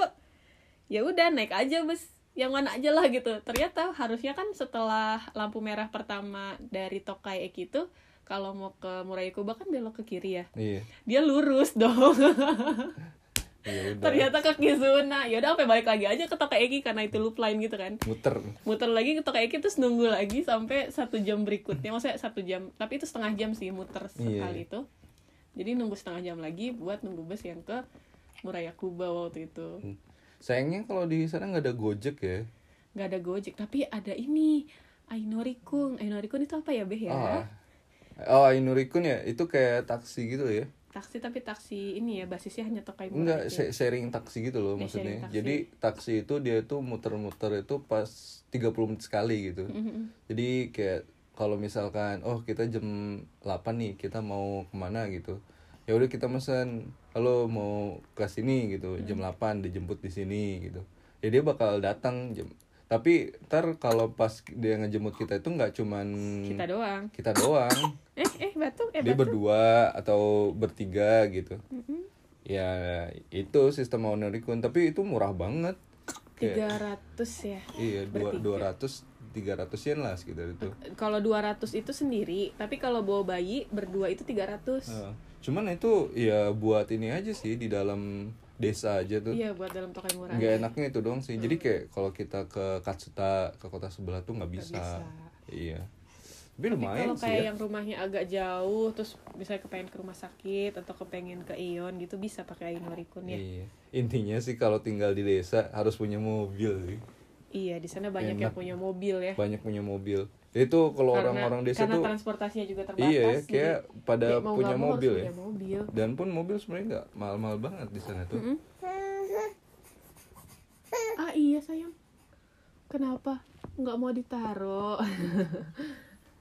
S1: ya udah naik aja bus yang mana aja lah gitu ternyata harusnya kan setelah lampu merah pertama dari Tokai Eki itu kalau mau ke Murayakuba kan belok ke kiri ya
S2: Iya.
S1: dia lurus dong [LAUGHS]
S2: Ya udah.
S1: ternyata ke Kizuna ya udah sampai balik lagi aja ke Tokaeki karena itu loop line gitu kan
S2: muter.
S1: muter lagi ke Tokaeki terus nunggu lagi sampai satu jam berikutnya maksudnya satu jam tapi itu setengah jam sih muter sekali
S2: Iya.
S1: itu jadi nunggu setengah jam lagi buat nunggu bus yang ke Murayakuba waktu itu
S2: Sayangnya kalau di sana nggak ada Gojek ya.
S1: nggak ada Gojek tapi ada ini Ainorikun Ainorikun itu apa ya Beh ya
S2: Ah. Oh, Ainurikun ya, itu kayak taksi gitu ya.
S1: taksi tapi taksi ini ya basisnya hanya Tokai aja.
S2: Enggak sa- sharing taksi gitu loh
S1: Iya, sharing
S2: maksudnya.
S1: taksi.
S2: Jadi taksi itu dia tuh muter-muter itu pas 30 menit sekali gitu.
S1: Mhm.
S2: Jadi kayak kalau misalkan oh kita jam 8 nih kita mau kemana gitu. Ya udah kita pesan halo mau ke sini gitu
S1: Hmm.
S2: jam 8 dijemput di sini gitu. Ya dia bakal datang jam tapi ntar kalau pas dia ngejemput kita itu nggak cuman
S1: kita doang
S2: kita doang
S1: eh eh batuk [COUGHS] eh Mm-hmm.
S2: dia
S1: batuk
S2: berdua atau bertiga gitu ya itu sistem Honorikun tapi itu murah banget
S1: tiga ratus ya
S2: iya dua
S1: Bertiga.
S2: dua ratus tiga ratus yen lah sekitar itu
S1: kalau 200 itu sendiri, tapi kalau bawa bayi berdua itu 300.
S2: Heeh. cuman itu ya buat ini aja sih di dalam desa aja tuh
S1: Iya buat dalam tokai murah.
S2: nggak enaknya itu doang sih jadi kayak kalau kita ke Katsuta ke kota sebelah tuh nggak bisa. iya tapi lumayan
S1: Kalau
S2: sih
S1: kayak
S2: ya.
S1: yang rumahnya agak jauh, terus misalnya kepengen ke rumah sakit atau kepengen ke Ion gitu bisa pakai Ainorikun ya.
S2: Iya. intinya sih kalau tinggal di desa harus punya mobil sih.
S1: Iya, di sana banyak yang
S2: Enak.
S1: punya mobil ya.
S2: banyak punya mobil Itu kalau
S1: Karena-
S2: orang-orang desa
S1: karena
S2: tuh
S1: transportasinya juga terbatas
S2: iya
S1: jadi
S2: kayak pada
S1: kayak mau
S2: punya
S1: nggak mau
S2: mobil
S1: harus
S2: ya.
S1: punya mobil.
S2: Dan pun mobil sebenarnya nggak mahal-mahal banget di sana tuh.
S1: Mm-mm. ah iya sayang kenapa nggak mau ditaruh [LAUGHS]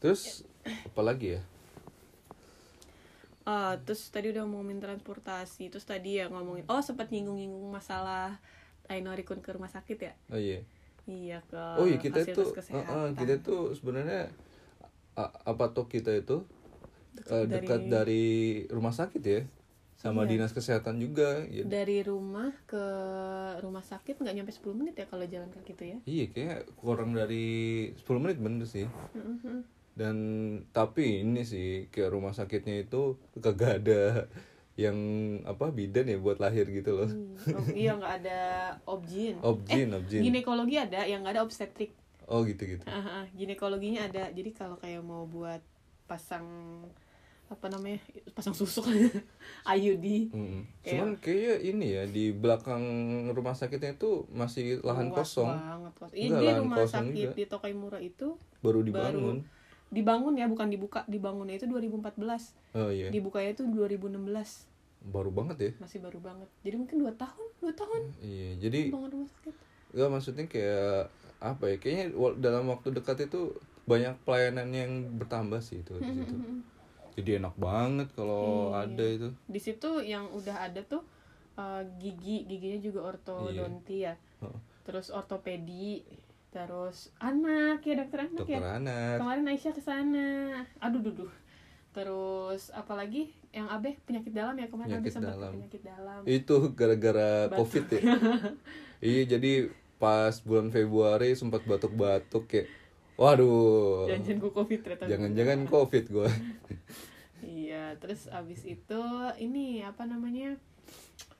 S2: Terus apalagi ya?
S1: Ah, terus tadi udah ngomongin transportasi terus tadi ya ngomongin oh sempat nyinggung-nyinggung masalah Ainori Kun ke rumah sakit ya
S2: Oh iya.
S1: iya ke
S2: Oh iya kita
S1: fasilitas
S2: tuh
S1: kesehatan.
S2: uh-uh, kita tuh sebenarnya a- apa tuh kita itu uh,
S1: dari-
S2: dekat dari rumah sakit ya sama
S1: Iya.
S2: dinas kesehatan juga ya.
S1: dari rumah ke rumah sakit nggak nyampe 10 menit ya kalau jalan kaki tuh ya
S2: Iya kayak kurang dari 10 menit bener sih.
S1: Mm-mm.
S2: Dan tapi ini sih ke rumah sakitnya itu kagak ada yang apa bidan ya buat lahir gitu loh.
S1: Oh, iya nggak ada objin
S2: Objin, objin.
S1: ginekologi ada yang nggak ada obstetrik
S2: Oh gitu-gitu.
S1: Eh, Ah, ah, ginekologinya ada jadi kalau kayak mau buat pasang apa namanya pasang susuk [LAUGHS] IUD
S2: Mm-mm.
S1: Kayak-
S2: Cuman kayaknya ini ya di belakang rumah sakitnya itu masih lahan
S1: Luas
S2: kosong
S1: banget, luas. Iya,
S2: Enggak,
S1: di
S2: lahan
S1: rumah
S2: kosong
S1: sakit
S2: juga.
S1: di Tokaimura itu
S2: baru
S1: baru
S2: dibangun.
S1: dibangun ya bukan dibuka dibangunnya itu 2014
S2: Oh iya.
S1: dibukanya itu 2016
S2: Baru banget ya.
S1: masih baru banget jadi mungkin dua tahun dua tahun
S2: Iya, jadi
S1: bangun rumah sakit
S2: nggak maksudnya kayak apa ya? Kayaknya wa- dalam waktu dekat itu banyak pelayanan yang bertambah sih itu di situ. Jadi enak banget kalau
S1: Iya.
S2: ada itu.
S1: di situ yang udah ada tuh eh, gigi giginya juga ortodontia
S2: Oh,
S1: terus ortopedi terus anak ya dokter anak
S2: dokter
S1: ya
S2: anak.
S1: kemarin Aisyah ke sana aduh duduh terus apalagi yang Abe penyakit dalam ya kemarin Abe
S2: Penyakit
S1: sempat
S2: dalam.
S1: penyakit dalam
S2: Itu gara-gara
S1: Batuk.
S2: Covid
S1: [LAUGHS]
S2: ya. iya, jadi pas bulan Februari sempat batuk-batuk kayak waduh.
S1: janjian gue covid ternyata
S2: Oh. Jangan-jangan Covid gua.
S1: iya terus abis itu ini apa namanya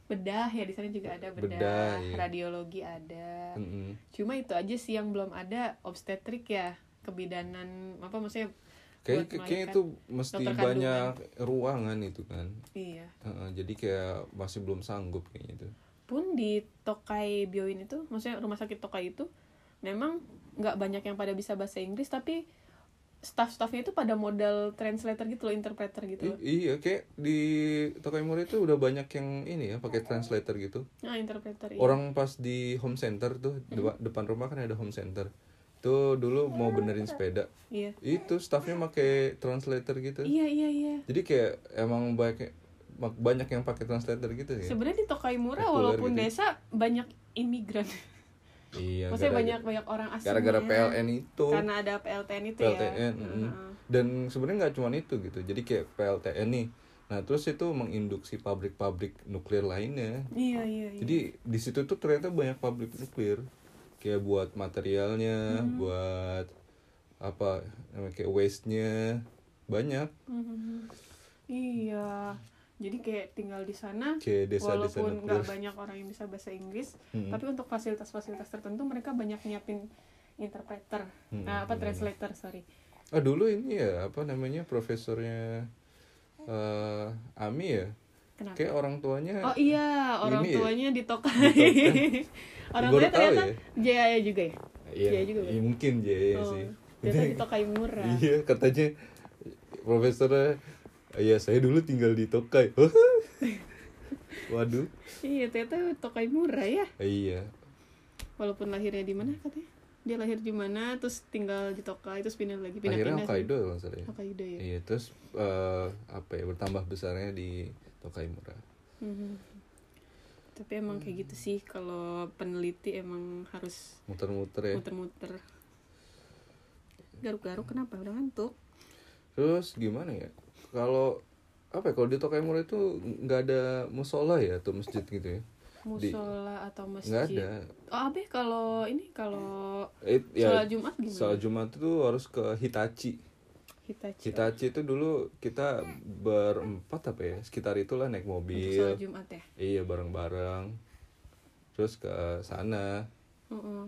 S1: bedah ya di sana juga ada bedah,
S2: Bedah, iya. Hmm.
S1: radiologi ada
S2: Mm-mm.
S1: cuma itu aja sih yang belum ada obstetrik ya kebidanan apa maksudnya buat
S2: Kayak kayaknya
S1: melahirkan.
S2: itu mesti
S1: Dokter
S2: banyak ruangan itu kan.
S1: iya
S2: Heeh, jadi kayak masih belum sanggup kayaknya itu.
S1: pun di Tokai Bioin itu maksudnya rumah sakit Tokai itu memang nggak banyak yang pada bisa bahasa Inggris tapi staff-staffnya itu pada modal translator gitu loh interpreter gitu loh.
S2: I- iya, kayak di Tokaimura itu udah banyak yang ini ya pakai translator gitu.
S1: nah interpreter iya. Hmm.
S2: Orang pas di home center tuh depa- depan rumah kan ada home center. Tuh dulu mau benerin sepeda,
S1: iya
S2: itu staffnya pakai translator gitu.
S1: iya iya iya
S2: Jadi kayak emang banyak mak- banyak yang pakai translator gitu ya.
S1: sebenarnya di Tokaimura
S2: Populer
S1: walaupun
S2: gitu.
S1: desa banyak
S2: [LAUGHS]
S1: imigran
S2: Iya.
S1: maksudnya
S2: gara-
S1: banyak banyak orang asing
S2: gara-gara
S1: ya.
S2: PLN itu.
S1: karena ada PLTN itu ya
S2: PLTN, mm.
S1: Heeh.
S2: dan sebenarnya nggak cuma itu gitu jadi kayak PLTN nih nah terus itu menginduksi pabrik-pabrik nuklir lainnya
S1: iya iya iya
S2: jadi di situ tuh ternyata banyak pabrik nuklir kayak buat materialnya
S1: Hmm.
S2: buat apa namanya kayak waste nya banyak
S1: Mhm. iya jadi kayak tinggal di sana
S2: kayak desa-desa
S1: walaupun nggak
S2: nuklir
S1: banyak orang yang bisa bahasa Inggris
S2: Mm-mm.
S1: tapi untuk fasilitas-fasilitas tertentu mereka banyak nyiapin interpreter
S2: Mm-mm.
S1: nah, apa translator sorry
S2: ah dulu ini ya apa namanya profesornya eh Ami ya
S1: kenapa
S2: kayak orang tuanya
S1: oh iya orang
S2: Ini ya?
S1: tuanya di Tokai
S2: Ditokai.
S1: [LAUGHS] orang
S2: Baru
S1: tuanya
S2: tahu
S1: ternyata Jaya juga ya Jaya
S2: iya
S1: juga
S2: iya, mungkin Jaya
S1: oh,
S2: sih
S1: ternyata
S2: [LAUGHS]
S1: di Tokai murah
S2: Iya katanya profesornya ya saya dulu tinggal di Tokai. [LAUGHS] Waduh.
S1: iya ternyata Tokai murah ya
S2: Iya.
S1: walaupun lahirnya di mana katanya dia lahir di mana terus tinggal di Tokai terus pindah lagi pindah-pindah
S2: Akhirnya
S1: sih.
S2: Hokkaido kalau nggak salah ya.
S1: Hokkaido ya
S2: Iya terus eh, apa ya bertambah besarnya di Tokaimura.
S1: Mhm. tapi emang kayak gitu sih kalau peneliti emang harus
S2: Muter-muter ya.
S1: muter-muter garuk-garuk kenapa udah ngantuk
S2: Terus gimana ya? Kalau apa ya kalau di Tokaimura itu nggak ada musola ya atau masjid gitu ya? Di-
S1: musola atau masjid
S2: Nggak ada.
S1: oh abe kalau ini kalau
S2: Eh,
S1: sholat
S2: ya,
S1: jumat gimana
S2: sholat Jumat itu harus ke Hitachi.
S1: Hitachi.
S2: Hitachi itu dulu kita berempat apa ya sekitar itulah naik
S1: Untuk sholat
S2: mobil
S1: jumat ya
S2: iya bareng-bareng terus ke sana
S1: Heeh.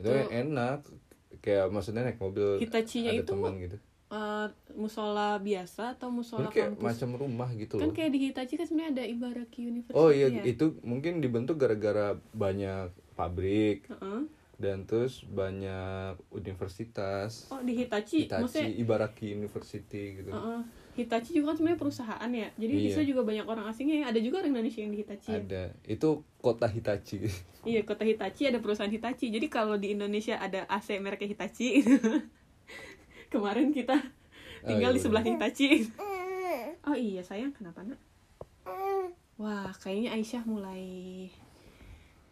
S2: itu enak kayak maksudnya naik mobil
S1: Hitachinya
S2: ada
S1: itu
S2: teman gitu
S1: Eh, musola biasa atau musola
S2: Ini kayak
S1: kampus
S2: macam rumah gitu
S1: kan
S2: loh
S1: kayak di Hitachi kan sebenarnya ada Ibaraki University
S2: oh iya
S1: ya.
S2: itu mungkin dibentuk gara-gara banyak pabrik
S1: Heeh.
S2: dan terus banyak universitas
S1: oh di Hitachi, maksudnya Oh,
S2: Hitachi Ibaraki University gitu
S1: Heeh. Hitachi juga kan sebenarnya perusahaan ya jadi
S2: Iya.
S1: di situ juga banyak orang asingnya ya. ada juga orang Indonesia yang di Hitachi ya.
S2: ada itu kota Hitachi [LAUGHS]
S1: iya kota Hitachi ada perusahaan Hitachi jadi kalau di Indonesia ada AC mereknya Hitachi gitu. [LAUGHS] kemarin kita tinggal
S2: iya
S1: di sebelah Hitachi oh iya sayang kenapa nak wah kayaknya Aisyah mulai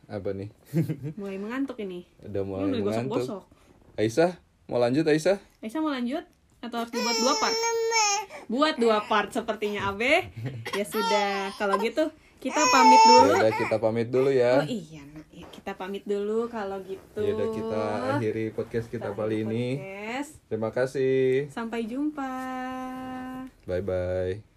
S2: apa nih
S1: mulai mengantuk ini
S2: udah mulai
S1: Ini udah
S2: mengantuk
S1: gosok-gosok
S2: Aisyah mau lanjut Aisyah
S1: Aisyah Eh, mau lanjut atau harus dibuat dua part? Buat dua part sepertinya
S2: [LAUGHS]
S1: Abe. Ya sudah, kalau gitu kita pamit
S2: ya
S1: dulu.
S2: udah kita pamit dulu
S1: Oh
S2: ya
S1: iya, nak. Ya, kita pamit dulu kalau gitu.
S2: ya udah kita akhiri podcast
S1: Kita
S2: kita
S1: akhiri
S2: kali ini
S1: podcast.
S2: terima kasih
S1: Sampai jumpa.
S2: bye bye